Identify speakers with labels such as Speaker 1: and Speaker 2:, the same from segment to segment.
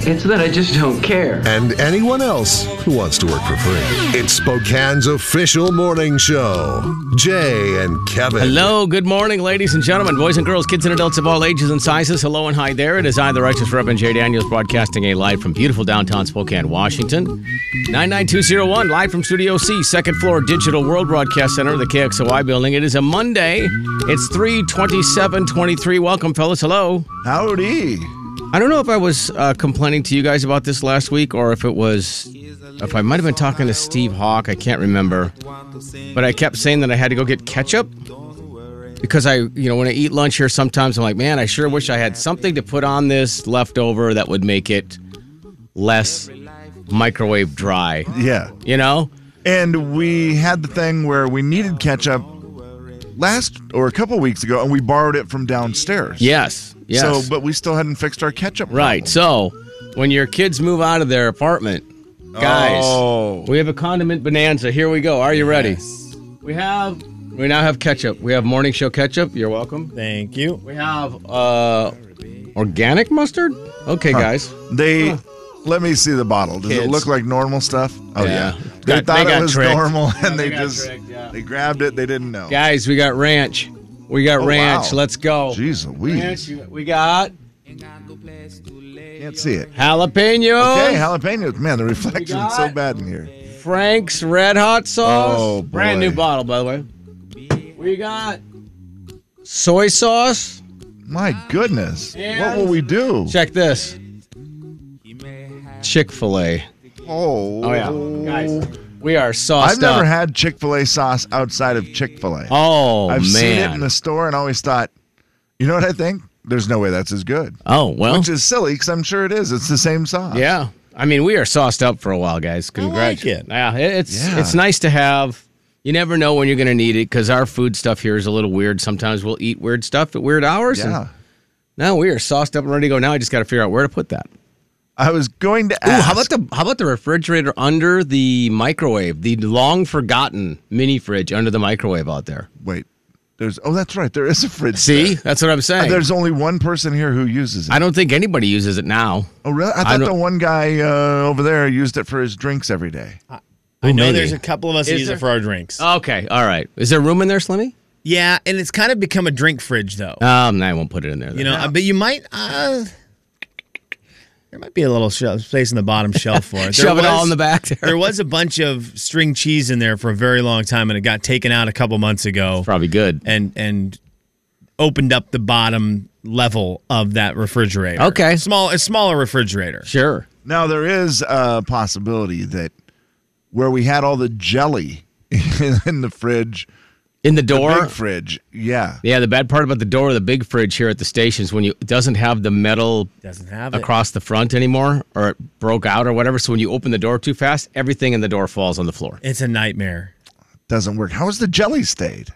Speaker 1: It's that I just don't care.
Speaker 2: and anyone else who wants to work for free. It's Spokane's official morning show. Jay and Kevin.
Speaker 3: Hello, good morning, ladies and gentlemen, boys and girls, kids and adults of all ages and sizes. Hello and hi there. It is I, the Righteous Reverend Jay Daniels, broadcasting a live from beautiful downtown Spokane, Washington. 99201, live from Studio C, second floor, Digital World Broadcast Center, the KXOY building. It is a Monday. It's 32723. Welcome, fellas. Hello.
Speaker 4: Howdy.
Speaker 3: I don't know if I was uh, complaining to you guys about this last week or if it was, if I might have been talking to Steve Hawk. I can't remember. But I kept saying that I had to go get ketchup because I, you know, when I eat lunch here sometimes, I'm like, man, I sure wish I had something to put on this leftover that would make it less microwave dry,
Speaker 4: Yeah.
Speaker 3: you know?
Speaker 4: And we had the thing where we needed ketchup last or a couple weeks ago and we borrowed it from downstairs.
Speaker 3: Yes. Yes.
Speaker 4: So, but we still hadn't fixed our ketchup.
Speaker 3: Right.
Speaker 4: problem.
Speaker 3: So when your kids move out of their apartment, guys,
Speaker 4: Oh.
Speaker 3: we have a condiment bonanza. Here we go. Are you ready? We have. We now have ketchup. We have morning show ketchup. You're welcome. Thank you. We have uh, organic mustard. Okay, guys.
Speaker 4: They let me see the bottle. Does
Speaker 3: Kids.
Speaker 4: it look like normal stuff? Oh
Speaker 3: Yeah.
Speaker 4: yeah.
Speaker 3: Got-
Speaker 4: They
Speaker 3: they
Speaker 4: thought
Speaker 3: got
Speaker 4: it was
Speaker 3: tricked.
Speaker 4: normal and they,
Speaker 3: they got
Speaker 4: just
Speaker 3: tricked, yeah.
Speaker 4: they grabbed it. They didn't know.
Speaker 3: Guys, we got ranch. We got
Speaker 4: Oh,
Speaker 3: ranch.
Speaker 4: wow.
Speaker 3: Let's go.
Speaker 4: Jeez
Speaker 3: Ranch.
Speaker 4: Louise.
Speaker 3: We got
Speaker 4: Can't see it.
Speaker 3: jalapeno.
Speaker 4: Okay, jalapenos. Man, the reflection's so
Speaker 3: got-
Speaker 4: bad in here.
Speaker 3: Frank's Red Hot Sauce.
Speaker 4: Oh, boy.
Speaker 3: Brand new bottle, by the way. We got soy sauce.
Speaker 4: My goodness. What will
Speaker 3: And-
Speaker 4: we do?
Speaker 3: Check this Chick fil A.
Speaker 4: Oh.
Speaker 3: Oh, yeah. Guys, we are sauced
Speaker 4: I've never
Speaker 3: up.
Speaker 4: had Chick fil A sauce outside of Chick fil A.
Speaker 3: oh,
Speaker 4: I've
Speaker 3: man.
Speaker 4: seen it in the store and always thought, you know what I think? There's no way that's as good.
Speaker 3: oh, well.
Speaker 4: Which is silly because I'm sure it is. It's the same sauce.
Speaker 3: yeah. I mean, we are sauced up for a while, guys. Congrats.
Speaker 5: it.
Speaker 3: Yeah, it- it's,
Speaker 4: Yeah.
Speaker 3: it's nice to have. You never know when you're going to need it because our food stuff here is a little weird. Sometimes we'll eat weird stuff at weird hours. and
Speaker 4: Yeah.
Speaker 3: now we are sauced up and ready to go. Now I just got to figure out where to put that.
Speaker 4: I was going to
Speaker 3: Ooh,
Speaker 4: ask.
Speaker 3: how about the how about the refrigerator under the microwave, the long forgotten mini fridge under the microwave out there?
Speaker 4: Wait. There's. Oh, that's right. There is a fridge.
Speaker 3: See,
Speaker 4: there.
Speaker 3: that's what I'm saying.
Speaker 5: Uh,
Speaker 4: There's only one person here who uses it.
Speaker 3: I don't think anybody uses it now.
Speaker 4: oh, really? I
Speaker 3: I
Speaker 4: thought
Speaker 3: don't-
Speaker 4: the one guy uh, over there used it for his drinks every day.
Speaker 5: I know
Speaker 3: maybe.
Speaker 5: there's a couple of us
Speaker 3: Is
Speaker 5: who use
Speaker 3: there? Uh,
Speaker 5: it for our drinks.
Speaker 3: Okay, all right. Is there room in there, Slimmy?
Speaker 5: yeah, and it's kind of become a drink fridge though.
Speaker 3: Um, no, I won't put it in there.
Speaker 5: you
Speaker 3: then.
Speaker 5: know, but you might uh there might be a little shelf, space in the bottom shelf for it. There
Speaker 3: shove it all
Speaker 5: was-
Speaker 3: in the back there.
Speaker 5: There was a bunch of string cheese in there for a very long time, and it got taken out a couple months ago,
Speaker 3: Probably good.
Speaker 5: and and opened up the bottom level of that refrigerator.
Speaker 3: Okay.
Speaker 5: small a smaller refrigerator.
Speaker 3: Sure.
Speaker 4: Now there is a possibility that where we had all the jelly in the fridge,
Speaker 3: In the
Speaker 4: the
Speaker 3: door.
Speaker 4: big fridge, yeah,
Speaker 3: yeah, the bad part about the door of the big fridge here at the station is when you it doesn't have the metal
Speaker 5: Doesn't have it.
Speaker 3: across the front anymore, or it broke out or whatever. So when you open the door too fast, everything in the door falls on the floor.
Speaker 5: It's a nightmare.
Speaker 4: doesn't work. How has the jelly stayed?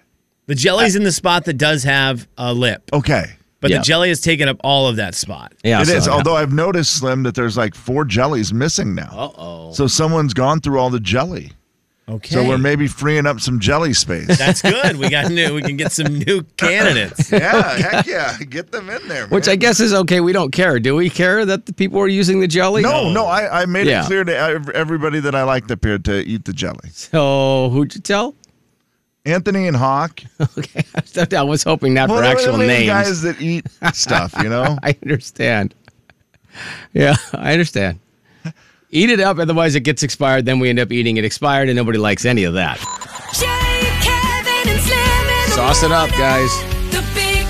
Speaker 5: The jelly's in the spot that does have a lip,
Speaker 4: Okay,
Speaker 5: but
Speaker 3: Yeah.
Speaker 5: the jelly has taken up all of that spot.
Speaker 3: Yeah,
Speaker 4: it
Speaker 3: so-
Speaker 4: is. Although I've noticed Slim that there's like four jellies missing now. Uh oh. So someone's gone through all the jelly.
Speaker 5: Okay.
Speaker 4: So we're maybe freeing up some jelly space.
Speaker 5: That's good. We got new. We can get some new candidates.
Speaker 4: yeah, heck yeah, get them in there.
Speaker 3: Which I
Speaker 4: man.
Speaker 3: guess is okay. We don't care. Do we care that the people are using the jelly?
Speaker 4: no, no, I, I made
Speaker 3: Yeah.
Speaker 4: it clear to ev- everybody that I like the appeared to eat the jelly.
Speaker 3: So Oh, who'd you tell?
Speaker 4: Anthony and Hawk,
Speaker 3: Okay. I was hoping not
Speaker 4: Well,
Speaker 3: for
Speaker 4: they're
Speaker 3: actual
Speaker 4: the
Speaker 3: names.
Speaker 4: guys that eat stuff, you know.
Speaker 3: I understand. Yeah, I understand. Eat it up, otherwise it gets expired. Then we end up eating it expired, and nobody likes any of that.
Speaker 6: Jay, Kevin, and Slim in the
Speaker 3: Sauce it up,
Speaker 6: morning.
Speaker 3: guys.
Speaker 6: The big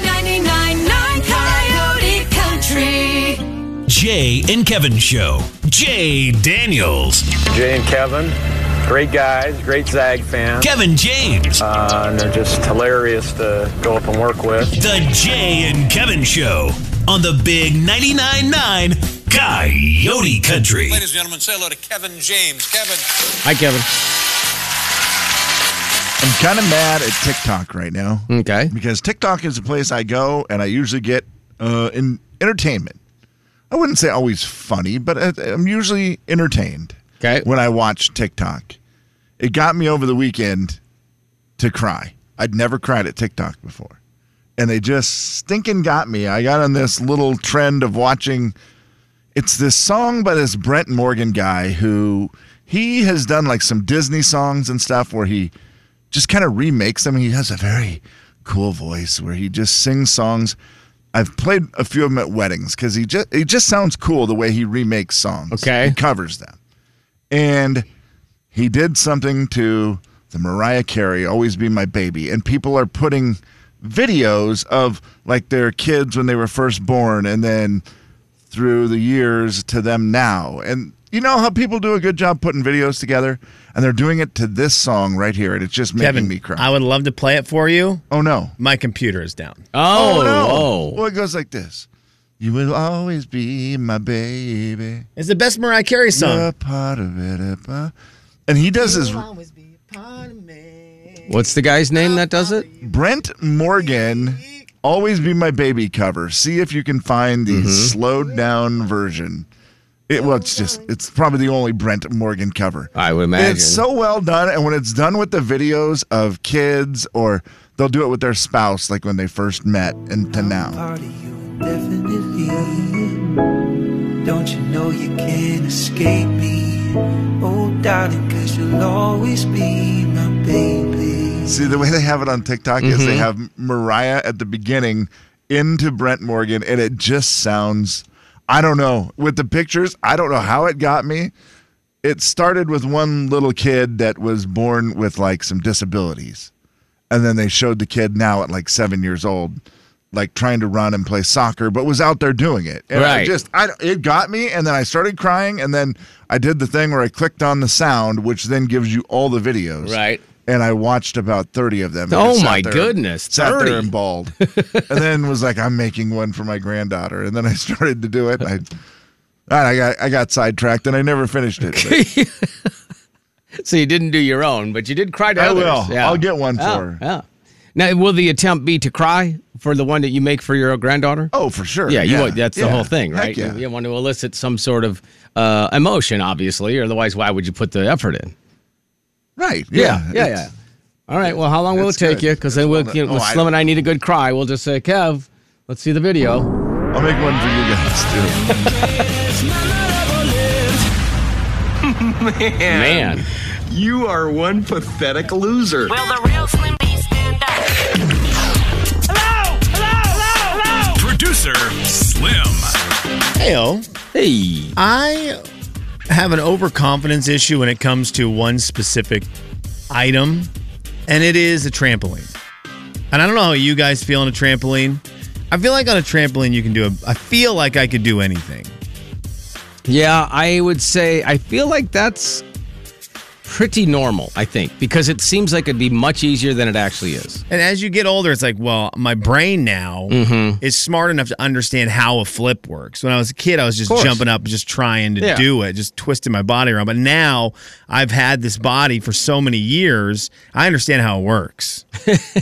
Speaker 6: 99.9 Coyote Country.
Speaker 7: Jay and Kevin Show. Jay Daniels.
Speaker 8: Jay and Kevin
Speaker 7: Great guys, great Zag fans.
Speaker 8: Kevin James.
Speaker 7: Uh, and they're just hilarious to go up and work with.
Speaker 8: The Jay and Kevin Show on the Big 99.9 9 Coyote Country.
Speaker 9: Ladies and gentlemen, say hello to Kevin James. Kevin.
Speaker 3: Hi, Kevin.
Speaker 4: I'm kind of mad at TikTok right now.
Speaker 3: Okay.
Speaker 4: Because TikTok is a place I go and I usually get uh, in entertainment. I wouldn't say always funny, but I- I'm usually entertained.
Speaker 3: Okay.
Speaker 4: When I watch TikTok, it got me over the weekend to cry. I'd never cried at TikTok before, and they just stinking got me. I got on this little trend of watching. It's this song by this Brent Morgan guy who he has done like some Disney songs and stuff where he just kind of remakes them. He has a very cool voice where he just sings songs. I've played a few of them at weddings because he just it just sounds cool the way he remakes songs.
Speaker 3: Okay.
Speaker 4: he covers them, and he did something to the Mariah Carey "Always Be My Baby," and people are putting videos of like their kids when they were first born, and then through the years to them now. And you know how people do a good job putting videos together, and they're doing it to this song right here, and it's just making
Speaker 5: Kevin,
Speaker 4: me cry.
Speaker 5: I would love to play it for you.
Speaker 4: Oh no,
Speaker 5: my computer is down.
Speaker 3: Oh,
Speaker 4: no! Well, it goes like this: "You will always be my baby."
Speaker 5: It's the best Mariah Carey song.
Speaker 4: You're a part of it, uh, uh. and he does his
Speaker 3: What's the guy's name that does it?
Speaker 4: Brent Morgan. Always be my baby cover. See if you can find the
Speaker 3: Mm-hmm.
Speaker 4: slowed down version. It well, it's just it's probably the only Brent Morgan cover.
Speaker 3: I would imagine.
Speaker 4: It's so well done, and when it's done with the videos of kids, or they'll do it with their spouse, like when they first met, and to now.
Speaker 10: Don't you know you can't escape me? Oh, darling, cause you'll always be my baby.
Speaker 4: See the way they have it on TikTok is they
Speaker 10: Mhm.
Speaker 4: have Mariah at the beginning into Brent Morgan, and it just sounds. I don't know with the pictures. I don't know how it got me. It started with one little kid that was born with like some disabilities, and then they showed the kid now at like seven years old, like trying to run and play soccer, but was out there doing it. And I
Speaker 3: Right.
Speaker 4: just I it got me, and then I started crying, and then I did the thing where I clicked on the sound, which then gives you all the videos.
Speaker 3: Right.
Speaker 4: And I watched about thirty of them. and
Speaker 3: Oh
Speaker 4: sat
Speaker 3: my
Speaker 4: there-
Speaker 3: goodness,
Speaker 4: Sat
Speaker 3: 30.
Speaker 4: there and bawled, and then was like, "I'm making one for my granddaughter," and then I started to do it. And I, and I got I got sidetracked, and I never finished it. but
Speaker 3: So you didn't do your own, but you did cry to
Speaker 4: I
Speaker 3: others.
Speaker 4: will. I'll get one
Speaker 3: Yeah, Oh,
Speaker 4: for her.
Speaker 3: Yeah. Now, will the attempt be to cry for the one that you make for your granddaughter?
Speaker 4: Oh, for sure.
Speaker 3: Yeah, you
Speaker 4: Yeah.
Speaker 3: want- that's the
Speaker 4: Yeah.
Speaker 3: whole thing,
Speaker 4: Heck
Speaker 3: right? You-
Speaker 4: yeah.
Speaker 3: You, want to elicit some sort of uh, emotion, obviously, or otherwise, why would you put the effort in?
Speaker 4: right.
Speaker 3: Yeah, yeah,
Speaker 4: it's-
Speaker 3: yeah. All right. Well, how long will
Speaker 4: That's
Speaker 3: it take
Speaker 4: good.
Speaker 3: you? Because then
Speaker 4: That's
Speaker 3: we'll,
Speaker 4: well
Speaker 3: you
Speaker 4: done.
Speaker 3: know, when
Speaker 4: Oh, I-
Speaker 3: Slim and I need a good cry. We'll just say, Kev, let's see the video.
Speaker 4: I'll make one for you guys too.
Speaker 11: Man.
Speaker 3: Man.
Speaker 11: You are one pathetic loser.
Speaker 8: Producer Slim.
Speaker 5: Heyo.
Speaker 3: Hey.
Speaker 5: I have an overconfidence issue when it comes to one specific item, and it is a trampoline. And I don't know how you guys feel on a trampoline. I feel like on a trampoline you can do a I feel like I could do anything.
Speaker 3: Yeah, I would say, I feel like that's pretty normal, I think, because it seems like it'd be much easier than it actually is.
Speaker 5: And as you get older, it's like, well, my brain now
Speaker 3: Mm-hmm.
Speaker 5: is smart enough to understand how a flip works. When I was a kid, I was just
Speaker 3: course.
Speaker 5: jumping up, just trying to
Speaker 3: Yeah.
Speaker 5: do it, just twisting my body around. But now I've had this body for so many years, I understand how it works.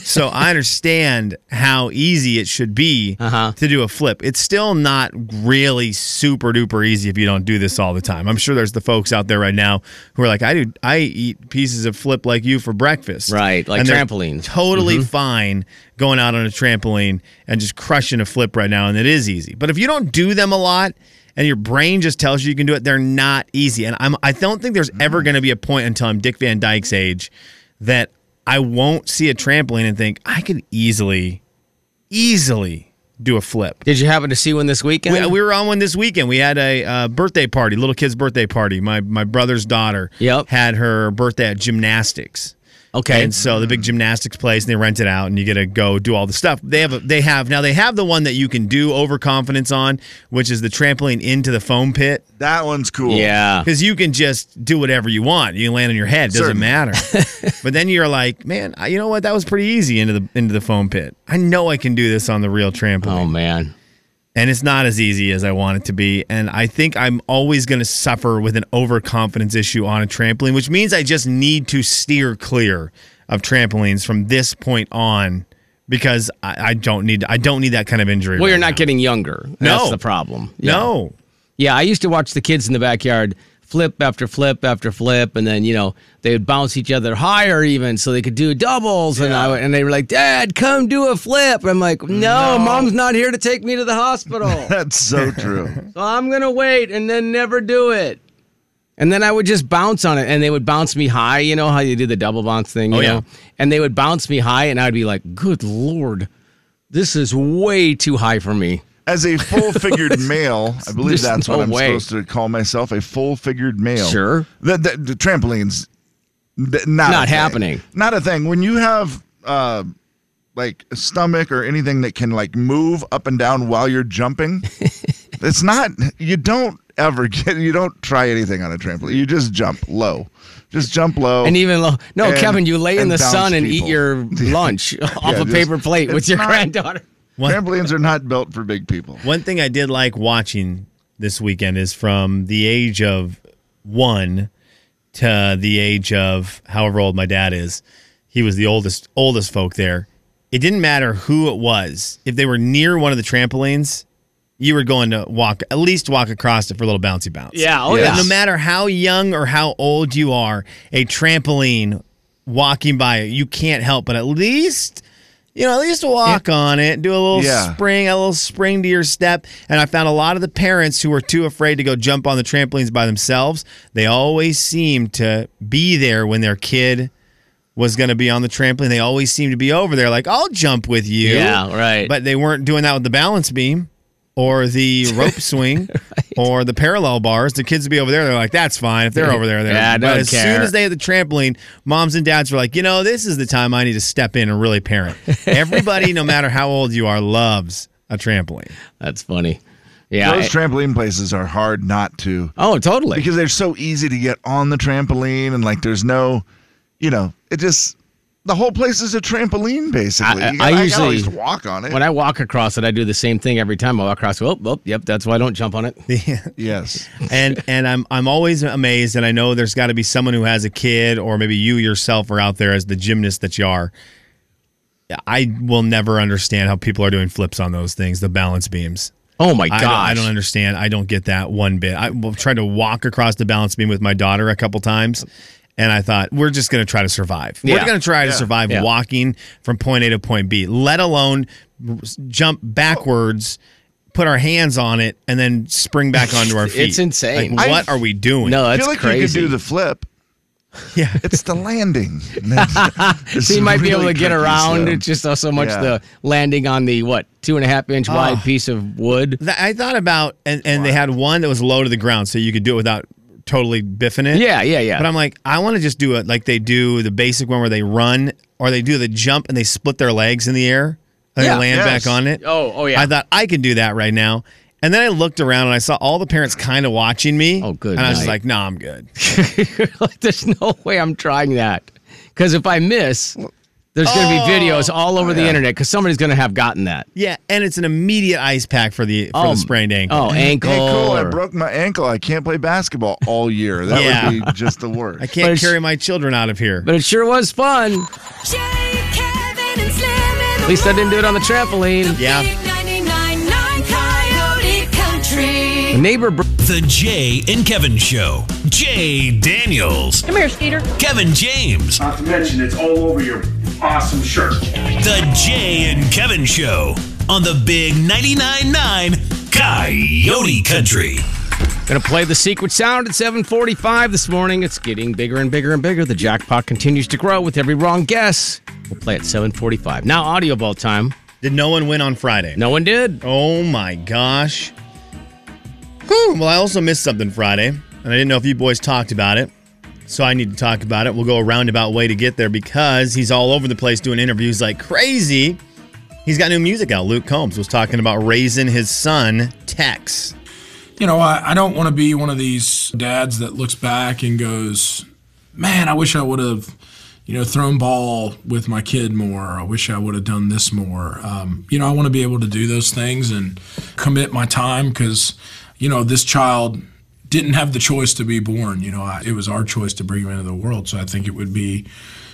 Speaker 5: so I understand how easy it should be
Speaker 3: Uh-huh.
Speaker 5: to do a flip. It's still not really super duper easy if you don't do this all the time. I'm sure there's the folks out there right now who are like, I do, I eat pieces of flip like you for breakfast,
Speaker 3: Right, like
Speaker 5: they're
Speaker 3: trampolines.
Speaker 5: Totally
Speaker 3: Mhm.
Speaker 5: fine going out on a trampoline and just crushing a flip right now, and it is easy. But if you don't do them a lot and your brain just tells you you can do it, they're not easy. And I'm I don't think there's ever going to be a point until I'm Dick Van Dyke's age that I won't see a trampoline and think I could easily, easily do a flip.
Speaker 3: Did you happen to see one this weekend?
Speaker 5: We, we were on one this weekend. We had a uh, birthday party, little kid's birthday party. My my brother's daughter
Speaker 3: Yep.
Speaker 5: had her birthday at gymnastics.
Speaker 3: Okay.
Speaker 5: And so the big gymnastics place, and they rent it out, and you get to go do all the stuff. They have a, they have now they have the one that you can do overconfidence on, which is the trampoline into the foam pit.
Speaker 4: That one's cool.
Speaker 3: Yeah.
Speaker 5: Because you can just do whatever you want. You can land on your head. Doesn't
Speaker 4: Certainly.
Speaker 5: matter. but then you're like, man, I, you know what? That was pretty easy into the into the foam pit. I know I can do this on the real trampoline. Oh
Speaker 3: man.
Speaker 5: And it's not as easy as I want it to be. And I think I'm always going to suffer with an overconfidence issue on a trampoline, which means I just need to steer clear of trampolines from this point on because I, I don't need I don't need that kind of injury.
Speaker 3: Well, you're not getting younger.
Speaker 5: No.
Speaker 3: That's the problem.
Speaker 5: No.
Speaker 3: Yeah, I used to watch the kids in the backyard flip after flip after flip, and then, you know, they would bounce each other higher even so they could do doubles. And, I, would- and they were like, Dad, come do a flip. I'm like, no, mom's not here to take me to the hospital.
Speaker 4: That's so true.
Speaker 3: So I'm going to wait and then never do it. And then I would just bounce on it and they would bounce me high. You know how you do the double bounce thing? You
Speaker 5: Oh, yeah.
Speaker 3: know? And they would bounce me high and I'd be like, good Lord, this is way too high for me.
Speaker 4: As a full figured male, I believe
Speaker 3: There's
Speaker 4: that's
Speaker 3: no
Speaker 4: what I'm
Speaker 3: way.
Speaker 4: supposed to call myself a full figured male.
Speaker 3: Sure.
Speaker 4: The, the, the trampolines, th- not, a
Speaker 3: Not
Speaker 4: thing.
Speaker 3: happening.
Speaker 4: Not a thing. When you have uh, like a stomach or anything that can like move up and down while you're jumping, it's not, you don't ever get, you don't try anything on a trampoline. You just jump low. Just jump low.
Speaker 3: And even low. No,
Speaker 4: Oh. and-
Speaker 3: Kevin, you lay in
Speaker 4: and
Speaker 3: the
Speaker 4: bounce
Speaker 3: sun and eat
Speaker 4: people.
Speaker 3: your lunch off
Speaker 4: Yeah,
Speaker 3: a
Speaker 4: just-
Speaker 3: paper plate with
Speaker 4: it's
Speaker 3: your
Speaker 4: not-
Speaker 3: granddaughter.
Speaker 4: Trampolines are not built for big people.
Speaker 5: One thing I did like watching this weekend is from the age of one to the age of however old my dad is. He was the oldest oldest folk there. It didn't matter who it was. If they were near one of the trampolines, you were going to walk at least walk across it for a little bouncy bounce.
Speaker 3: Yeah, oh, yeah.
Speaker 5: No matter how young or how old you are, a trampoline walking by it, you can't help but at least you know, at least walk on it, do a little
Speaker 4: Yeah.
Speaker 5: spring, a little spring to your step. And I found a lot of the parents who were too afraid to go jump on the trampolines by themselves, they always seemed to be there when their kid was going to be on the trampoline. They always seemed to be over there, like, I'll jump with you.
Speaker 3: Yeah, right.
Speaker 5: But they weren't doing that with the balance beam or the rope swing or the parallel bars. The kids would be over there. They're like, that's fine. If they're over there, they're
Speaker 3: Yeah, I
Speaker 5: But
Speaker 3: don't
Speaker 5: as soon
Speaker 3: care.
Speaker 5: as they hit the trampoline, moms and dads were like, you know, this is the time I need to step in and really parent. Everybody, no matter how old you are, loves a trampoline.
Speaker 3: That's funny. Yeah.
Speaker 4: Those
Speaker 3: I-
Speaker 4: trampoline places are hard not to.
Speaker 3: oh, totally.
Speaker 4: because they're so easy to get on the trampoline and like there's no you know it just the whole place is a trampoline basically
Speaker 3: I-
Speaker 4: You
Speaker 3: I
Speaker 4: gotta-
Speaker 3: usually-
Speaker 4: gotta at least walk on it
Speaker 3: When I walk across it, I do the same thing every time I walk across. Oh, oh yep, that's why I don't jump on it.
Speaker 4: yes
Speaker 5: and and I'm I'm always amazed, and I know there's got to be someone who has a kid, or maybe you yourself are out there as the gymnast that you are. I will never understand how people are doing flips on those things, the balance beams.
Speaker 3: Oh my
Speaker 5: I
Speaker 3: gosh.
Speaker 5: don't, I don't understand. I don't get that one bit. I w- tried to walk across the balance beam with my daughter a couple times, and I thought we're just going to try to survive. We're
Speaker 3: Yeah.
Speaker 5: going to try to
Speaker 3: Yeah.
Speaker 5: survive
Speaker 3: Yeah.
Speaker 5: walking from point A to point B, let alone r- jump backwards, put our hands on it, and then spring back onto our
Speaker 3: It's
Speaker 5: feet.
Speaker 3: insane.
Speaker 5: Like,
Speaker 3: I-
Speaker 5: what are we doing?
Speaker 3: No,
Speaker 4: i
Speaker 3: Oh, that's
Speaker 4: feel like you could
Speaker 3: crazy.
Speaker 4: do the flip
Speaker 5: Yeah.
Speaker 4: it's the landing It's
Speaker 3: so you might be
Speaker 4: really
Speaker 3: able to get
Speaker 4: tricky,
Speaker 3: around.
Speaker 4: so-
Speaker 3: It's just not so much
Speaker 4: Yeah.
Speaker 3: the landing on the what two and a half inch wide piece of wood.
Speaker 5: Th- I thought about, and, and they had one that was low to the ground, so you could do it without totally biffing it.
Speaker 3: Yeah, yeah, yeah.
Speaker 5: But I'm like, I want to just do it like they do the basic one where they run or they do the jump and they split their legs in the air and
Speaker 3: Yeah.
Speaker 5: they land
Speaker 4: Yes.
Speaker 5: back on it.
Speaker 3: Oh, oh yeah.
Speaker 5: I thought I could do that right now. And then I looked around and I saw all the parents kind of watching me.
Speaker 3: Oh, good
Speaker 5: And I was just
Speaker 3: night.
Speaker 5: like, nah, I'm good.
Speaker 3: like, there's no way I'm trying that because if I miss, there's going to be videos all over the internet because somebody's going to have gotten that.
Speaker 5: Yeah, and it's an immediate ice pack for the for
Speaker 3: Oh,
Speaker 5: the sprained ankle.
Speaker 3: Oh, ankle.
Speaker 4: Hey, cool! I
Speaker 3: or-
Speaker 4: broke my ankle. I can't play basketball all year. That
Speaker 5: Yeah.
Speaker 4: would be just the worst.
Speaker 5: I can't
Speaker 3: it's-
Speaker 5: carry my children out of here.
Speaker 3: but it sure was fun.
Speaker 6: Jay, Kevin, and Slim in the
Speaker 3: At least I didn't do it on the trampoline.
Speaker 5: Yeah.
Speaker 6: Big 99.9 Coyote Country.
Speaker 3: The neighbor. Br-
Speaker 8: The Jay and Kevin Show. Jay Daniels.
Speaker 12: Come here, Skeeter.
Speaker 8: Kevin James.
Speaker 7: Not to mention, it's all over your awesome shirt.
Speaker 8: The Jay and Kevin Show on the Big 99.9 Coyote Country.
Speaker 3: Gonna play the secret sound at 7:45 this morning. It's getting bigger and bigger and bigger. The jackpot continues to grow with every wrong guess. We'll play at 7:45. Now audio ball time.
Speaker 5: Did no one win on Friday?
Speaker 3: No one did.
Speaker 5: Oh my gosh. Whew, well, I also missed something Friday, and I didn't know if you boys talked about it. So I need to talk about it. We'll go a roundabout way to get there because he's all over the place doing interviews like crazy. He's got new music out. Luke Combs was talking about raising his son, Tex.
Speaker 13: You know, I, I don't want to be one of these dads that looks back and goes, man, I wish I would have, you know, thrown ball with my kid more. I wish I would have done this more. Um, you know, I want to be able to do those things and commit my time because, you know, this child didn't have the choice to be born. You know, I, it was our choice to bring him into the world. So I think it would be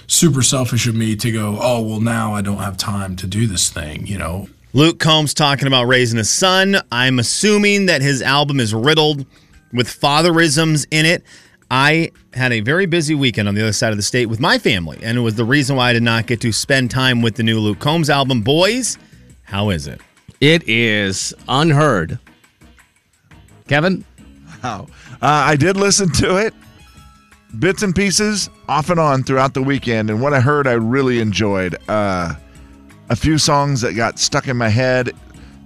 Speaker 13: super selfish of me to go, oh, well, now I don't have time to do this thing, you know.
Speaker 5: Luke Combs talking about raising his son. I'm assuming that his album is riddled with fatherisms in it. I had a very busy weekend on the other side of the state with my family, and it was the reason why I did not get to spend time with the new Luke Combs album. Boys, how is it?
Speaker 3: It is unheard. Kevin?
Speaker 4: Wow. Uh, I did listen to it, bits and pieces, off and on throughout the weekend, and what I heard, I really enjoyed. Uh, a few songs that got stuck in my head.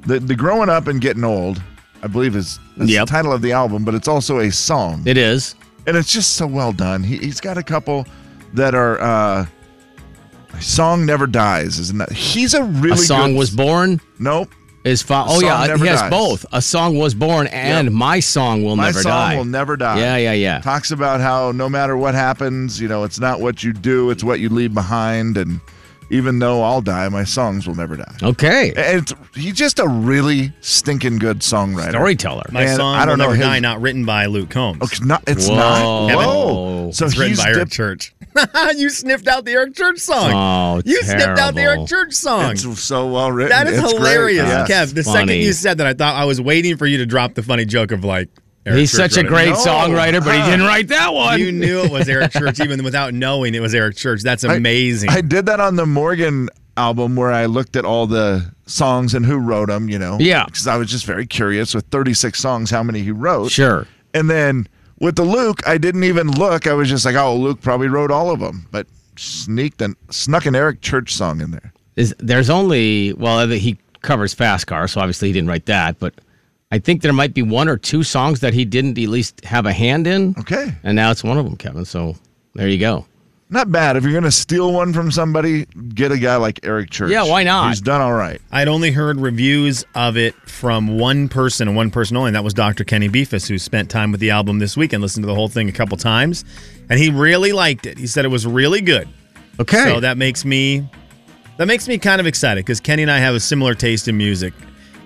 Speaker 4: The, the growing up and getting old, I believe is that's
Speaker 3: Yep.
Speaker 4: the title of the album, but it's also a song.
Speaker 3: It is,
Speaker 4: and it's just so well done. He, he's got a couple that are. Uh, song never dies, isn't that? He's a really
Speaker 3: a song
Speaker 4: good-
Speaker 3: was born.
Speaker 4: Nope.
Speaker 3: Is fa-
Speaker 4: A
Speaker 3: oh
Speaker 4: Song
Speaker 3: yeah,
Speaker 4: Never
Speaker 3: he has
Speaker 4: Dies.
Speaker 3: both. A song was born and
Speaker 4: Yep.
Speaker 3: my song will
Speaker 4: My
Speaker 3: never
Speaker 4: song
Speaker 3: die.
Speaker 4: will never die.
Speaker 3: Yeah, yeah, yeah.
Speaker 4: Talks about how no matter what happens, you know, it's not what you do, it's what you leave behind. And even though I'll die, my songs will never die.
Speaker 3: Okay.
Speaker 4: And it's, he's just a really stinking good songwriter.
Speaker 3: Storyteller.
Speaker 5: My
Speaker 4: And
Speaker 5: song
Speaker 4: I don't
Speaker 5: will
Speaker 4: know
Speaker 5: never
Speaker 4: his-
Speaker 5: die, not written by Luke Combs.
Speaker 4: It's not. It's not.
Speaker 5: Kevin,
Speaker 4: Whoa. So
Speaker 5: it's written
Speaker 4: he's
Speaker 5: by Eric
Speaker 4: dip-
Speaker 5: Church. you sniffed out the Eric Church song.
Speaker 3: Oh,
Speaker 5: you sniffed out the
Speaker 3: terrible.
Speaker 5: Eric Church song.
Speaker 4: It's so well written.
Speaker 5: that is
Speaker 4: It's great.
Speaker 5: hilarious,
Speaker 4: Yes.
Speaker 5: Kev. The second
Speaker 3: funny.
Speaker 5: you said that, I thought I was waiting for you to drop the funny joke of like. Eric
Speaker 3: He's
Speaker 5: Church
Speaker 3: such a
Speaker 5: wrote it.
Speaker 3: great songwriter, but he didn't write that one.
Speaker 5: You knew it was Eric Church even without knowing it was Eric Church. That's amazing.
Speaker 4: I did that on the Morgan album where I looked at all the songs and who wrote them, you know.
Speaker 3: Yeah.
Speaker 4: Because I was just very curious with 36 songs, how many he wrote.
Speaker 3: Sure.
Speaker 4: And then with the Luke, I didn't even look. I was just like, oh, Luke probably wrote all of them, but sneaked and snuck an Eric Church song in there.
Speaker 3: Is there's only well he covers fast car, so obviously he didn't write that, but I think there might be one or two songs that he didn't at least have a hand in.
Speaker 4: Okay.
Speaker 3: And now it's one of them, Kevin. So there you go.
Speaker 4: Not bad. If you're going to steal one from somebody, get a guy like Eric Church.
Speaker 3: Yeah, why not?
Speaker 4: He's done all right.
Speaker 5: I'd only heard reviews of it from one person and one person only, and that was Dr. Kenny Beefus, who spent time with the album this week and listened to the whole thing a couple times. And he really liked it. He said it was really good.
Speaker 3: Okay.
Speaker 5: So that makes me that makes me kind of excited because Kenny and I have a similar taste in music.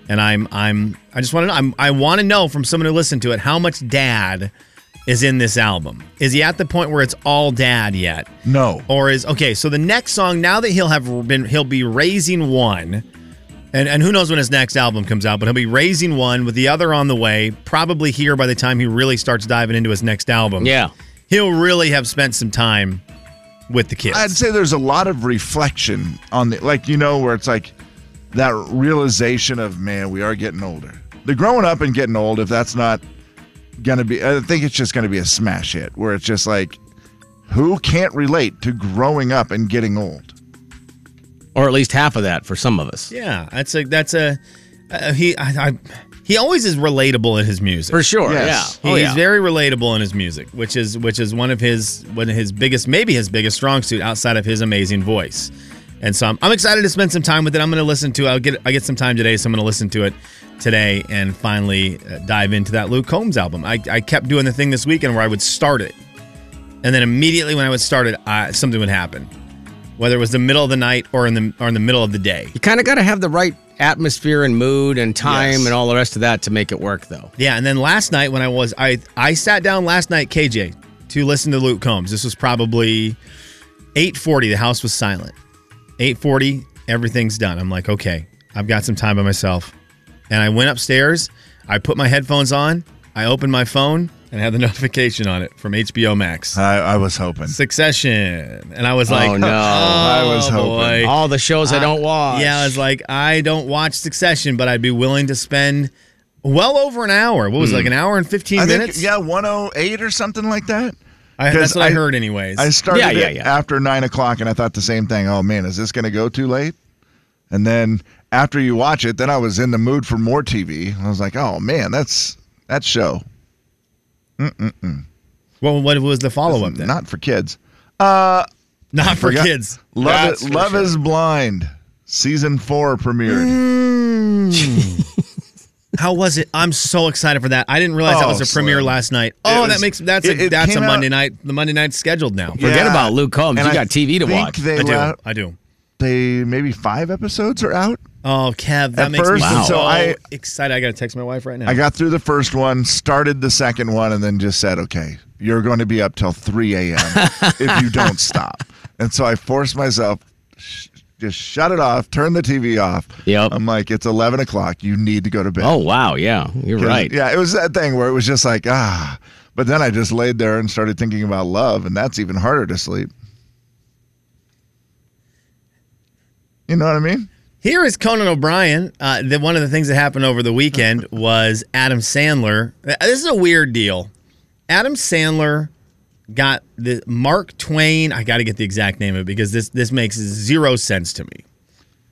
Speaker 5: And I'm I'm I just want to know I'm, I want to know from someone who listened to it how much dad is in this album. Is he at the point where it's all dad yet?
Speaker 4: No.
Speaker 5: Or is okay, so the next song now that he'll have been he'll be raising one and and who knows when his next album comes out, but he'll be raising one with the other on the way, probably here by the time he really starts diving into his next album.
Speaker 3: Yeah.
Speaker 5: He'll really have spent some time with the kids.
Speaker 4: I'd say there's a lot of reflection on the like you know where it's like that realization of man we are getting older. The growing up and getting old if that's not gonna be I think it's just gonna be a smash hit where it's just like who can't relate to growing up and getting old?
Speaker 3: Or at least half of that for some of us.
Speaker 5: Yeah, that's a that's a uh, he I, I he always is relatable in his music
Speaker 3: For sure.
Speaker 4: Yes.
Speaker 3: Yeah. Oh,
Speaker 5: he's
Speaker 3: yeah.
Speaker 5: very relatable in his music, which is which is one of his one of his biggest, maybe his biggest strong suit outside of his amazing voice. And so I'm, I'm excited to spend some time with it. I'm going to listen to. I'll get I get some time today, so I'm going to listen to it today and finally uh, dive into that Luke Combs album. I, I kept doing the thing this weekend where I would start it, and then immediately when I would start it, I, something would happen, whether it was the middle of the night or in the or in the middle of the day.
Speaker 3: you kind of got to have the right atmosphere and mood and time and all the rest of that to make it work, though.
Speaker 5: Yeah, and then last night when I was I I sat down last night KJ to listen to Luke Combs. This was probably 8:40. The house was silent. 8:40, everything's done. I'm like, "Okay, I've got some time by myself." And I went upstairs, I put my headphones on, I opened my phone and I had the notification on it from HBO Max.
Speaker 4: I, I was hoping.
Speaker 5: Succession. And I was like,
Speaker 3: oh no!
Speaker 5: I
Speaker 4: was hoping.
Speaker 5: Boy.
Speaker 3: All the shows I, don't watch.
Speaker 5: Yeah, I was like, I don't watch Succession, but I'd be willing to spend well over an hour. What was it, like an hour and fifteen
Speaker 4: Hmm. I
Speaker 5: minutes?
Speaker 4: think yeah, one oh eight or something like that.
Speaker 5: I, that's
Speaker 4: 'Cause
Speaker 5: what I, heard, anyways.
Speaker 4: I started
Speaker 3: Yeah, yeah,
Speaker 4: it
Speaker 3: yeah.
Speaker 4: after nine o'clock, and I thought the same thing. Oh man, is this going to go too late? And then after you watch it, then I was in the mood for more TV. I was like, oh man, that's that show.
Speaker 5: Well, what was the follow up then?
Speaker 4: Not for kids. Uh,
Speaker 5: Not for kids.
Speaker 4: Love,
Speaker 5: That's
Speaker 4: it,
Speaker 5: for
Speaker 4: Love
Speaker 5: sure.
Speaker 4: is Blind, season four premiered.
Speaker 5: How was it? I'm so excited for that. I didn't realize that
Speaker 4: Oh,
Speaker 5: was a
Speaker 4: Slim.
Speaker 5: premiere last night.
Speaker 4: It
Speaker 5: Oh,
Speaker 4: was-
Speaker 5: that makes that's
Speaker 4: it-
Speaker 5: a
Speaker 4: it
Speaker 5: that's a
Speaker 4: came out-
Speaker 5: Monday night. The Monday night's scheduled now.
Speaker 4: Yeah. And I think
Speaker 5: I
Speaker 4: They
Speaker 5: do.
Speaker 4: la-
Speaker 5: I do.
Speaker 4: They maybe five episodes are out.
Speaker 5: Oh, Kev, that
Speaker 4: At
Speaker 5: makes
Speaker 4: first,
Speaker 5: me
Speaker 4: and
Speaker 5: so
Speaker 4: so I-
Speaker 5: excited. I gotta text my wife right now.
Speaker 4: I got through the first one, started the second one, and then just said, okay, you're going to be up till 3 a.m. if you don't stop. And so I forced myself, sh- just shut it off, turn the TV off. Yep. I'm like, it's 11 o'clock. You need to go to bed.
Speaker 3: Oh, wow. Yeah. You're
Speaker 4: 'Cause-
Speaker 3: right.
Speaker 4: Yeah, it was that thing where it was just like, ah. But then I just laid there and started thinking about love, and that's even harder to sleep. You know what I mean?
Speaker 5: Here is Conan O'Brien. Uh, the, one of the things that happened over the weekend was Adam Sandler. uh, This is a weird deal. Adam Sandler got the Mark Twain. I got to get the exact name of it because this this makes zero sense to me.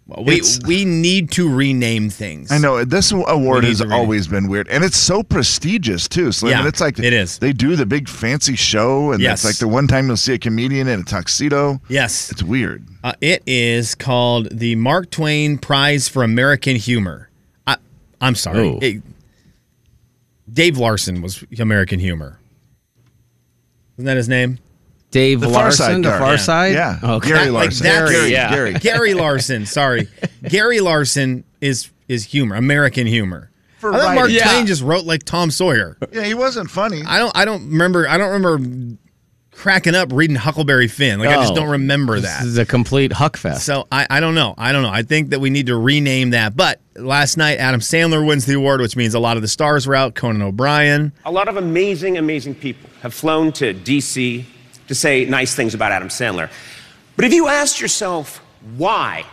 Speaker 5: Well, We
Speaker 4: It's-
Speaker 5: we need to rename things.
Speaker 4: I know this award
Speaker 5: We need
Speaker 4: has
Speaker 5: to read it.
Speaker 4: always been weird, and it's so prestigious too. Slim,
Speaker 5: Yeah,
Speaker 4: and it's like
Speaker 5: it is.
Speaker 4: They do the big fancy show, and
Speaker 5: Yes.
Speaker 4: it's like the one time you'll see a comedian in a tuxedo.
Speaker 5: Yes,
Speaker 4: It's weird.
Speaker 5: Uh, it is called the Mark Twain Prize for American Humor. I, I'm sorry.
Speaker 4: Oh.
Speaker 5: It- Dave Larson was American Humor. Isn't that his name?
Speaker 3: Dave
Speaker 5: The Far
Speaker 3: Larson,
Speaker 5: Side
Speaker 3: the
Speaker 5: guy.
Speaker 3: Far
Speaker 5: Yeah.
Speaker 3: Side?
Speaker 5: Yeah.
Speaker 3: Okay.
Speaker 5: Not like that- Gary Larson. Sorry, Gary Larson is is humor, American humor.
Speaker 4: For
Speaker 5: I thought Mark
Speaker 4: writing. Yeah.
Speaker 5: Twain just wrote like Tom Sawyer.
Speaker 4: Yeah, he wasn't funny.
Speaker 5: I don't. I don't remember. I don't remember cracking up reading Huckleberry Finn. Like I just
Speaker 3: Oh.
Speaker 5: don't remember that.
Speaker 3: This is a complete huck fest.
Speaker 5: So I, I don't know. I don't know. I think that we need to rename that. But last night, Adam Sandler wins the award, which means a lot of the stars were out. Conan O'Brien.
Speaker 14: A lot of amazing, amazing people have flown to D.C. to say nice things about Adam Sandler. But if you asked yourself why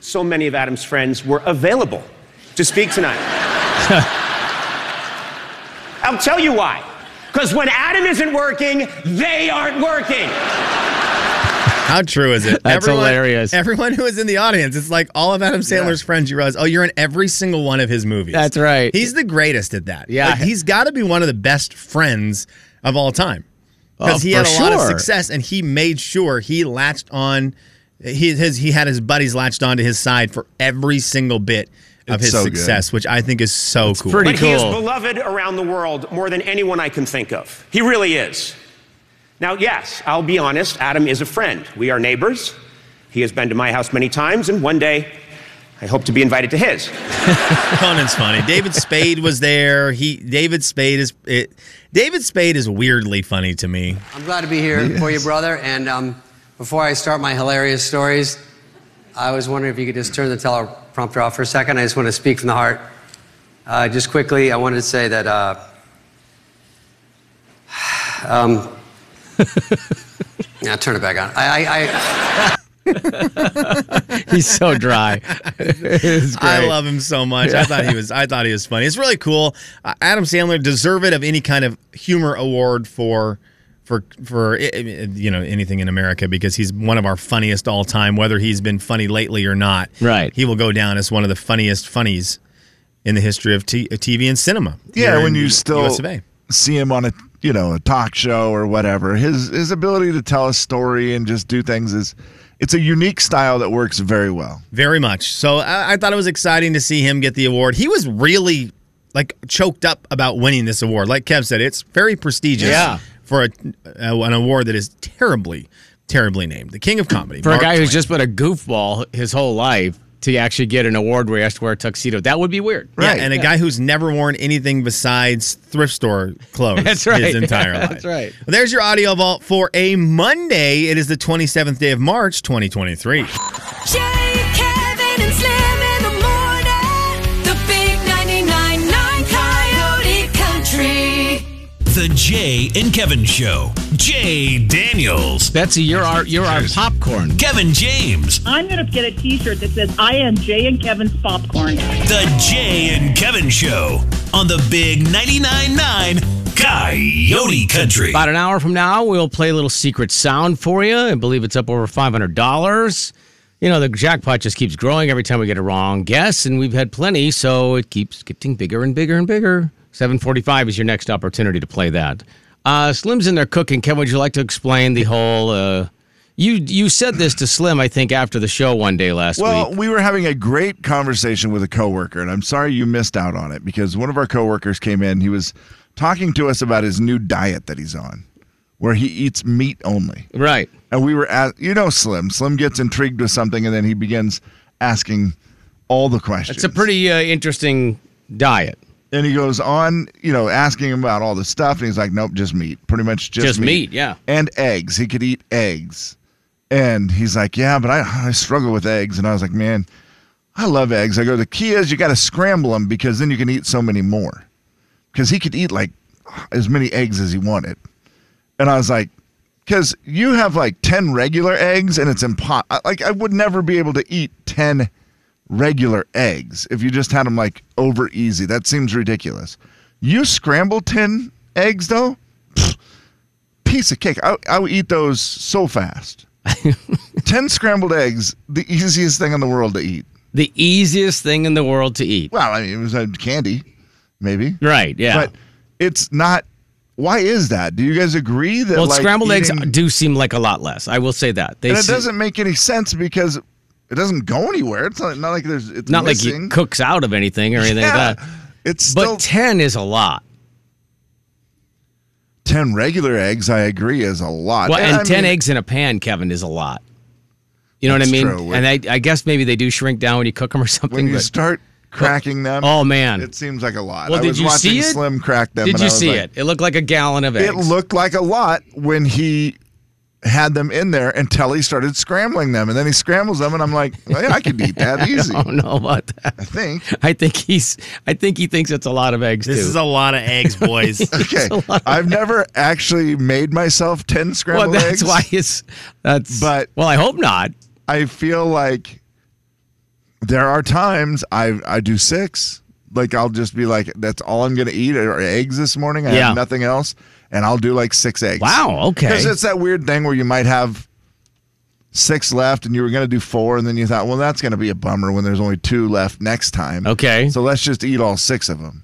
Speaker 14: so many of Adam's friends were available to speak tonight, I'll tell you why. Because when Adam isn't working, they aren't working.
Speaker 5: How true is it?
Speaker 3: That's hilarious.
Speaker 5: Everyone who is in the audience, it's like all of Adam Sandler's friends. You realize, oh, you're in every single one of his movies.
Speaker 3: That's right.
Speaker 5: He's the greatest at that.
Speaker 3: Yeah.
Speaker 5: Like, he's got to be one of the best friends of all time because
Speaker 3: Oh,
Speaker 5: he had a
Speaker 3: for
Speaker 5: lot of
Speaker 3: sure.
Speaker 5: success and he made sure he latched on. He his he had his buddies latched onto his side for every single bit of
Speaker 4: It's
Speaker 5: his
Speaker 4: so good.
Speaker 5: success, which I think is so cool.
Speaker 14: but he is beloved around the world more than anyone I can think of. He really is. Now, yes, I'll be honest, Adam is a friend. We are neighbors. He has been to my house many times, and one day I hope to be invited to his.
Speaker 5: Conan's funny. David Spade was there. He David Spade is it, David Spade is weirdly funny to me.
Speaker 15: I'm glad to be here
Speaker 5: Yes.
Speaker 15: for you, brother. And um, before I start my hilarious stories, I was wondering if you could just turn the teleprompter off for a second. I just want to speak from the heart. Uh, just quickly, I wanted to say that uh, um, yeah, turn it back on. I, I, I
Speaker 3: He's so dry. It's
Speaker 5: I
Speaker 3: great.
Speaker 5: love him so much. I
Speaker 3: Yeah.
Speaker 5: thought he was I thought he was funny. It's really cool. Uh, Adam Sandler deserved of any kind of humor award for for for i- i- you know anything in America because he's one of our funniest all time whether he's been funny lately or not. Right. He will go down as one of the funniest funnies in the history of t- TV and cinema.
Speaker 4: Yeah,
Speaker 5: here
Speaker 4: when
Speaker 5: in
Speaker 4: you
Speaker 5: the
Speaker 4: still
Speaker 5: US of A.
Speaker 4: see him on a you know a talk show or whatever, his his ability to tell a story and just do things is it's a unique style that works very well.
Speaker 5: Very much. So I, I thought it was exciting to see him get the award. He was really like choked up about winning this award. Like Kev said, it's very prestigious
Speaker 3: Yeah.
Speaker 5: for a, uh, an award that is terribly, terribly named. The King of Comedy.
Speaker 3: For
Speaker 5: Mark
Speaker 3: a guy who's
Speaker 5: Twain.
Speaker 3: just been a goofball his whole life to actually get an award where he has to wear a tuxedo, that would be weird.
Speaker 5: Yeah, and a guy who's never worn anything besides thrift store clothes
Speaker 3: That's right.
Speaker 5: his entire life.
Speaker 3: That's right.
Speaker 5: Well, there's your audio vault for a Monday. It is the 27th day of March, 2023.
Speaker 6: Jay, Kevin, and Slim in the morning. The big 99.9 Coyote Country.
Speaker 8: The Jay and Kevin Show. Jay Daniels.
Speaker 3: Betsy, you're our you're our popcorn.
Speaker 8: Kevin James.
Speaker 16: I'm going to get a T-shirt that says "I am Jay and Kevin's popcorn."
Speaker 8: The Jay and Kevin Show on the Big 99.9 9 Coyote Country.
Speaker 3: About an hour from now, we'll play a little secret sound for you. I believe it's up over $500. You know, the jackpot just keeps growing every time we get a wrong guess, and we've had plenty, so it keeps getting bigger and bigger and bigger. 745 is your next opportunity to play that. Uh, Slim's in there cooking. Kevin, would you like to explain the whole? Uh, you you said this to Slim, I think, after the show one day last
Speaker 4: well,
Speaker 3: week.
Speaker 4: we were having a great conversation with a coworker, and I'm sorry you missed out on it because one of our coworkers came in. He was talking to us about his new diet that he's on, where he eats meat only.
Speaker 3: Right.
Speaker 4: And we were at, you know, Slim. Slim gets intrigued with something, and then he begins asking all the questions.
Speaker 3: It's a pretty uh, interesting diet.
Speaker 4: and he goes on, you know, asking him about all the stuff, and he's like, "Nope, just meat. Pretty much just,
Speaker 3: Just meat, yeah.
Speaker 4: and eggs. He could eat eggs." And he's like, "Yeah, but I, I struggle with eggs." And I was like, "Man, I love eggs." I go, "The key is you got to scramble them because then you can eat so many more." Because he could eat like as many eggs as he wanted, and I was like, "Because you have like ten regular eggs, and it's impossible. Like I would never be able to eat ten regular eggs if you just had them like over easy. That seems ridiculous. You scramble 10 eggs though? Pfft, piece of cake. I, I would eat those so fast. 10 scrambled eggs, the easiest thing in the world to eat.
Speaker 3: The easiest thing in the world to eat.
Speaker 4: Well, I mean, it was uh, candy, maybe.
Speaker 3: Right, yeah.
Speaker 4: But it's not. Why is that? Do you guys agree that
Speaker 3: well,
Speaker 4: like,
Speaker 3: scrambled eggs
Speaker 4: eating-
Speaker 3: do seem like a lot less. I will say that. They
Speaker 4: and it
Speaker 3: se-
Speaker 4: doesn't make any sense because it doesn't go anywhere. It's not, not like there's. It's
Speaker 3: not like
Speaker 4: missing.
Speaker 3: it cooks out of anything or anything
Speaker 4: Yeah,
Speaker 3: like that.
Speaker 4: It's still-
Speaker 3: but ten is a lot.
Speaker 4: 10 regular eggs, I agree, is a lot.
Speaker 3: Well, and
Speaker 4: I
Speaker 3: ten
Speaker 4: mean,
Speaker 3: eggs in a pan, Kevin, is a lot. You know what I
Speaker 4: That's
Speaker 3: mean?
Speaker 4: true.
Speaker 3: And I, I guess maybe they do shrink down when you cook them or something.
Speaker 4: When you
Speaker 3: but-
Speaker 4: start cracking them,
Speaker 3: oh man,
Speaker 4: it seems like a lot.
Speaker 3: Well,
Speaker 4: I
Speaker 3: did
Speaker 4: was
Speaker 3: you
Speaker 4: watching
Speaker 3: see it?
Speaker 4: Slim crack them.
Speaker 3: Did
Speaker 4: and
Speaker 3: you
Speaker 4: I was
Speaker 3: see
Speaker 4: like,
Speaker 3: it? It looked like a gallon of eggs.
Speaker 4: It looked like a lot when he had them in there until he started scrambling them. And then he scrambles them, and I'm like, well, yeah, I could eat that easy.
Speaker 3: I don't know about that. I
Speaker 4: think.
Speaker 3: I think he's. I think he thinks it's a lot of eggs
Speaker 5: This
Speaker 3: too.
Speaker 5: is a lot of eggs, boys.
Speaker 4: Okay. I've never actually made myself 10
Speaker 3: well,
Speaker 4: scrambled
Speaker 3: that's
Speaker 4: eggs.
Speaker 3: why it's. That's.
Speaker 4: But
Speaker 3: well, I hope not.
Speaker 4: I feel like there are times I I do six. Like I'll just be like, that's all I'm gonna eat are eggs this morning. I
Speaker 3: Yeah.
Speaker 4: have nothing else, and I'll do like six eggs.
Speaker 3: Wow, okay.
Speaker 4: Because it's that weird thing where you might have six left, and you were gonna do four, and then you thought, well, that's gonna be a bummer when there's only two left next time.
Speaker 3: Okay.
Speaker 4: So let's just eat all six of them.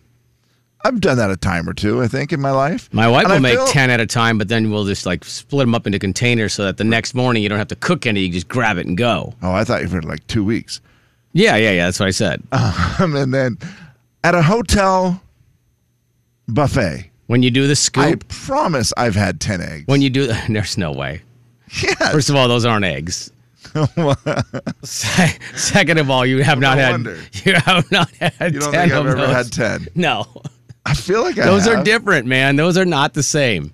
Speaker 4: I've done that a time or two, I think, in my life.
Speaker 3: My wife
Speaker 4: And I
Speaker 3: will make
Speaker 4: feel-
Speaker 3: ten at a time, but then we'll just like split them up into containers so that the next morning you don't have to cook any. You just grab it and go.
Speaker 4: Oh, I thought you were like two weeks.
Speaker 3: Yeah, yeah, yeah. That's what I said.
Speaker 4: Um, and then at a hotel buffet,
Speaker 3: When you do the
Speaker 4: I
Speaker 3: scoop,
Speaker 4: promise I've had 10 eggs.
Speaker 3: when you do, there's no way.
Speaker 4: Yes.
Speaker 3: First of all, those aren't eggs. Se- Second of all, you have
Speaker 4: No
Speaker 3: not had.
Speaker 4: wonder.
Speaker 3: You have not had.
Speaker 4: You don't
Speaker 3: 10
Speaker 4: think I've
Speaker 3: of
Speaker 4: ever
Speaker 3: those.
Speaker 4: had 10.
Speaker 3: No,
Speaker 4: I feel like I
Speaker 3: those are
Speaker 4: have.
Speaker 3: different, man. Those are not the same.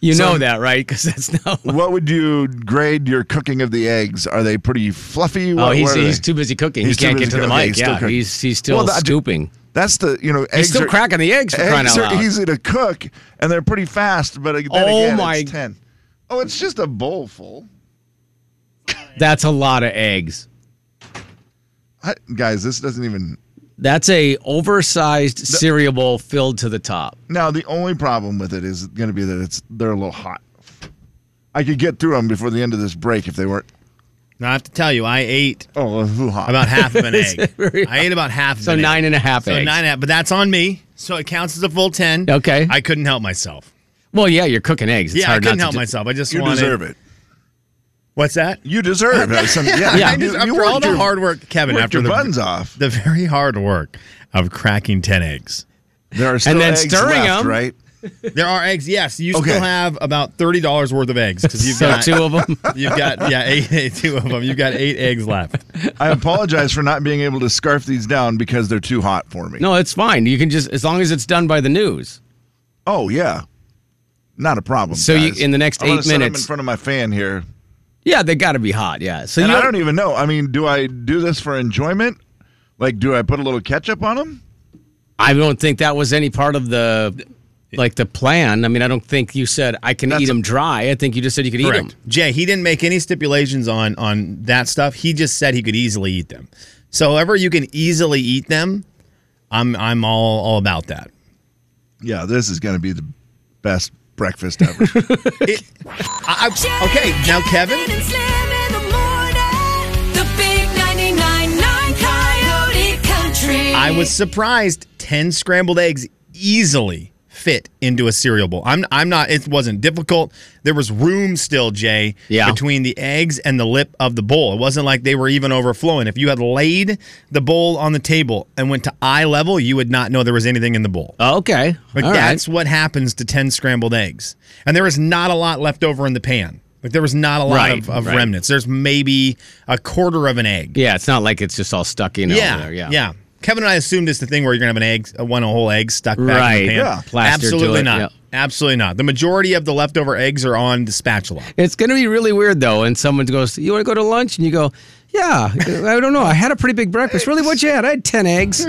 Speaker 3: You
Speaker 4: So-
Speaker 3: know that, right? Because that's not.
Speaker 4: What would you grade your cooking of the eggs? Are they pretty fluffy?
Speaker 3: Oh,
Speaker 4: What-
Speaker 3: he's,
Speaker 4: what are
Speaker 3: he's
Speaker 4: they?
Speaker 3: too busy cooking.
Speaker 4: He's
Speaker 3: he
Speaker 4: too
Speaker 3: can't get
Speaker 4: busy
Speaker 3: to the
Speaker 4: cooking. Okay,
Speaker 3: mic.
Speaker 4: he's still
Speaker 3: yeah,
Speaker 4: cooking.
Speaker 3: he's he's still
Speaker 4: Well, that-
Speaker 3: scooping.
Speaker 4: That's the, you know, eggs
Speaker 3: still
Speaker 4: are-
Speaker 3: cracking the eggs for crying
Speaker 4: eggs
Speaker 3: out
Speaker 4: are
Speaker 3: loud.
Speaker 4: easy to cook, and they're pretty fast, but then
Speaker 3: Oh
Speaker 4: again,
Speaker 3: my-
Speaker 4: it's 10. Oh, it's just a bowl full.
Speaker 3: That's a lot of eggs.
Speaker 4: I, guys, this doesn't even
Speaker 3: That's a oversized cereal bowl filled to the top.
Speaker 4: Now the only problem with it is going to be that it's they're a little hot. I could get through them before the end of this break if they weren't.
Speaker 5: Now, I have to tell you, I ate
Speaker 4: Oh, too hot.
Speaker 5: about half of an egg. I ate about half of
Speaker 3: So
Speaker 5: an
Speaker 3: nine
Speaker 5: egg.
Speaker 3: and a half
Speaker 5: So
Speaker 3: eggs.
Speaker 5: nine and a half, but that's on me. So it counts as a full 10.
Speaker 3: Okay.
Speaker 5: I couldn't help myself.
Speaker 3: Well, yeah, you're cooking eggs. It's
Speaker 5: yeah, I
Speaker 3: hard
Speaker 5: couldn't
Speaker 3: not
Speaker 5: help
Speaker 3: to do-
Speaker 5: myself. I just
Speaker 4: you
Speaker 5: wanted.
Speaker 4: deserve it.
Speaker 5: What's that?
Speaker 4: You deserve it. Some, yeah,
Speaker 5: Yeah,
Speaker 4: you-
Speaker 5: just-
Speaker 4: you
Speaker 5: after
Speaker 4: worked
Speaker 5: all the
Speaker 4: your-
Speaker 5: hard work, Kevin,
Speaker 4: worked
Speaker 5: after
Speaker 4: your
Speaker 5: the-
Speaker 4: buns off.
Speaker 5: The very hard work of cracking 10 eggs.
Speaker 4: There are still
Speaker 3: then
Speaker 4: eggs
Speaker 3: stirring
Speaker 4: left,
Speaker 3: 'em.
Speaker 4: right?
Speaker 5: There are eggs. Yes, you
Speaker 4: Okay.
Speaker 5: still have about thirty dollars worth of eggs because you've
Speaker 3: So
Speaker 5: got
Speaker 3: two of them.
Speaker 5: You've got yeah, eight, eight, two of them. You've got eight eggs left.
Speaker 4: I apologize for not being able to scarf these down because they're too hot for me.
Speaker 3: No, it's fine. You can just as long as it's done by the news.
Speaker 4: Oh yeah, not a problem.
Speaker 3: So you-
Speaker 4: guys.
Speaker 3: in the next
Speaker 4: I wanna
Speaker 3: eight
Speaker 4: set 'em
Speaker 3: minutes-
Speaker 4: in front of my fan here,
Speaker 3: Yeah, they got to be hot. Yeah. So
Speaker 4: and
Speaker 3: you
Speaker 4: I don't even know. I mean, do I do this for enjoyment? Like, do I put a little ketchup on them?
Speaker 3: I don't think that was any part of the like the plan. I mean, I don't think you said I can eat them dry. I think you just said you could eat them.
Speaker 5: Jay, he didn't make any stipulations on on that stuff. He just said he could easily eat them. So however you can easily eat them, I'm I'm all all about that.
Speaker 4: Yeah, this is going to be the best breakfast ever.
Speaker 5: It- I- I- okay, now Kevin,
Speaker 6: Kevin and Slim in the morning. The big 99.9 Coyote Country.
Speaker 5: I was surprised. Ten scrambled eggs easily fit into a cereal bowl. I'm I'm not. It wasn't difficult. There was room still, Jay,
Speaker 3: Yeah.
Speaker 5: between the eggs and the lip of the bowl. It wasn't like they were even overflowing. If you had laid the bowl on the table and went to eye level, you would not know there was anything in the bowl.
Speaker 3: Oh, Okay,
Speaker 5: but
Speaker 3: All right.
Speaker 5: that's what happens to ten scrambled eggs. And there was not a lot left over in the pan. Like there was not a lot
Speaker 3: Right,
Speaker 5: of, of
Speaker 3: right.
Speaker 5: remnants. There's maybe a quarter of an egg.
Speaker 3: Yeah, it's not like it's just all stuck in
Speaker 5: yeah,
Speaker 3: over there. Yeah.
Speaker 5: yeah. Kevin and I assumed it's the thing where you're gonna have an egg, uh, one whole egg stuck back in
Speaker 3: Right.
Speaker 5: the pan.
Speaker 3: Yeah. Plastered to
Speaker 5: Absolutely
Speaker 3: it,
Speaker 5: not.
Speaker 3: yeah.
Speaker 5: Absolutely not. The majority of the leftover eggs are on the spatula.
Speaker 3: It's going to be really weird, though. And someone goes, You want to go to lunch? And you go, Yeah, I don't know. I had a pretty big breakfast. Really, what'd you have? I had 10 eggs.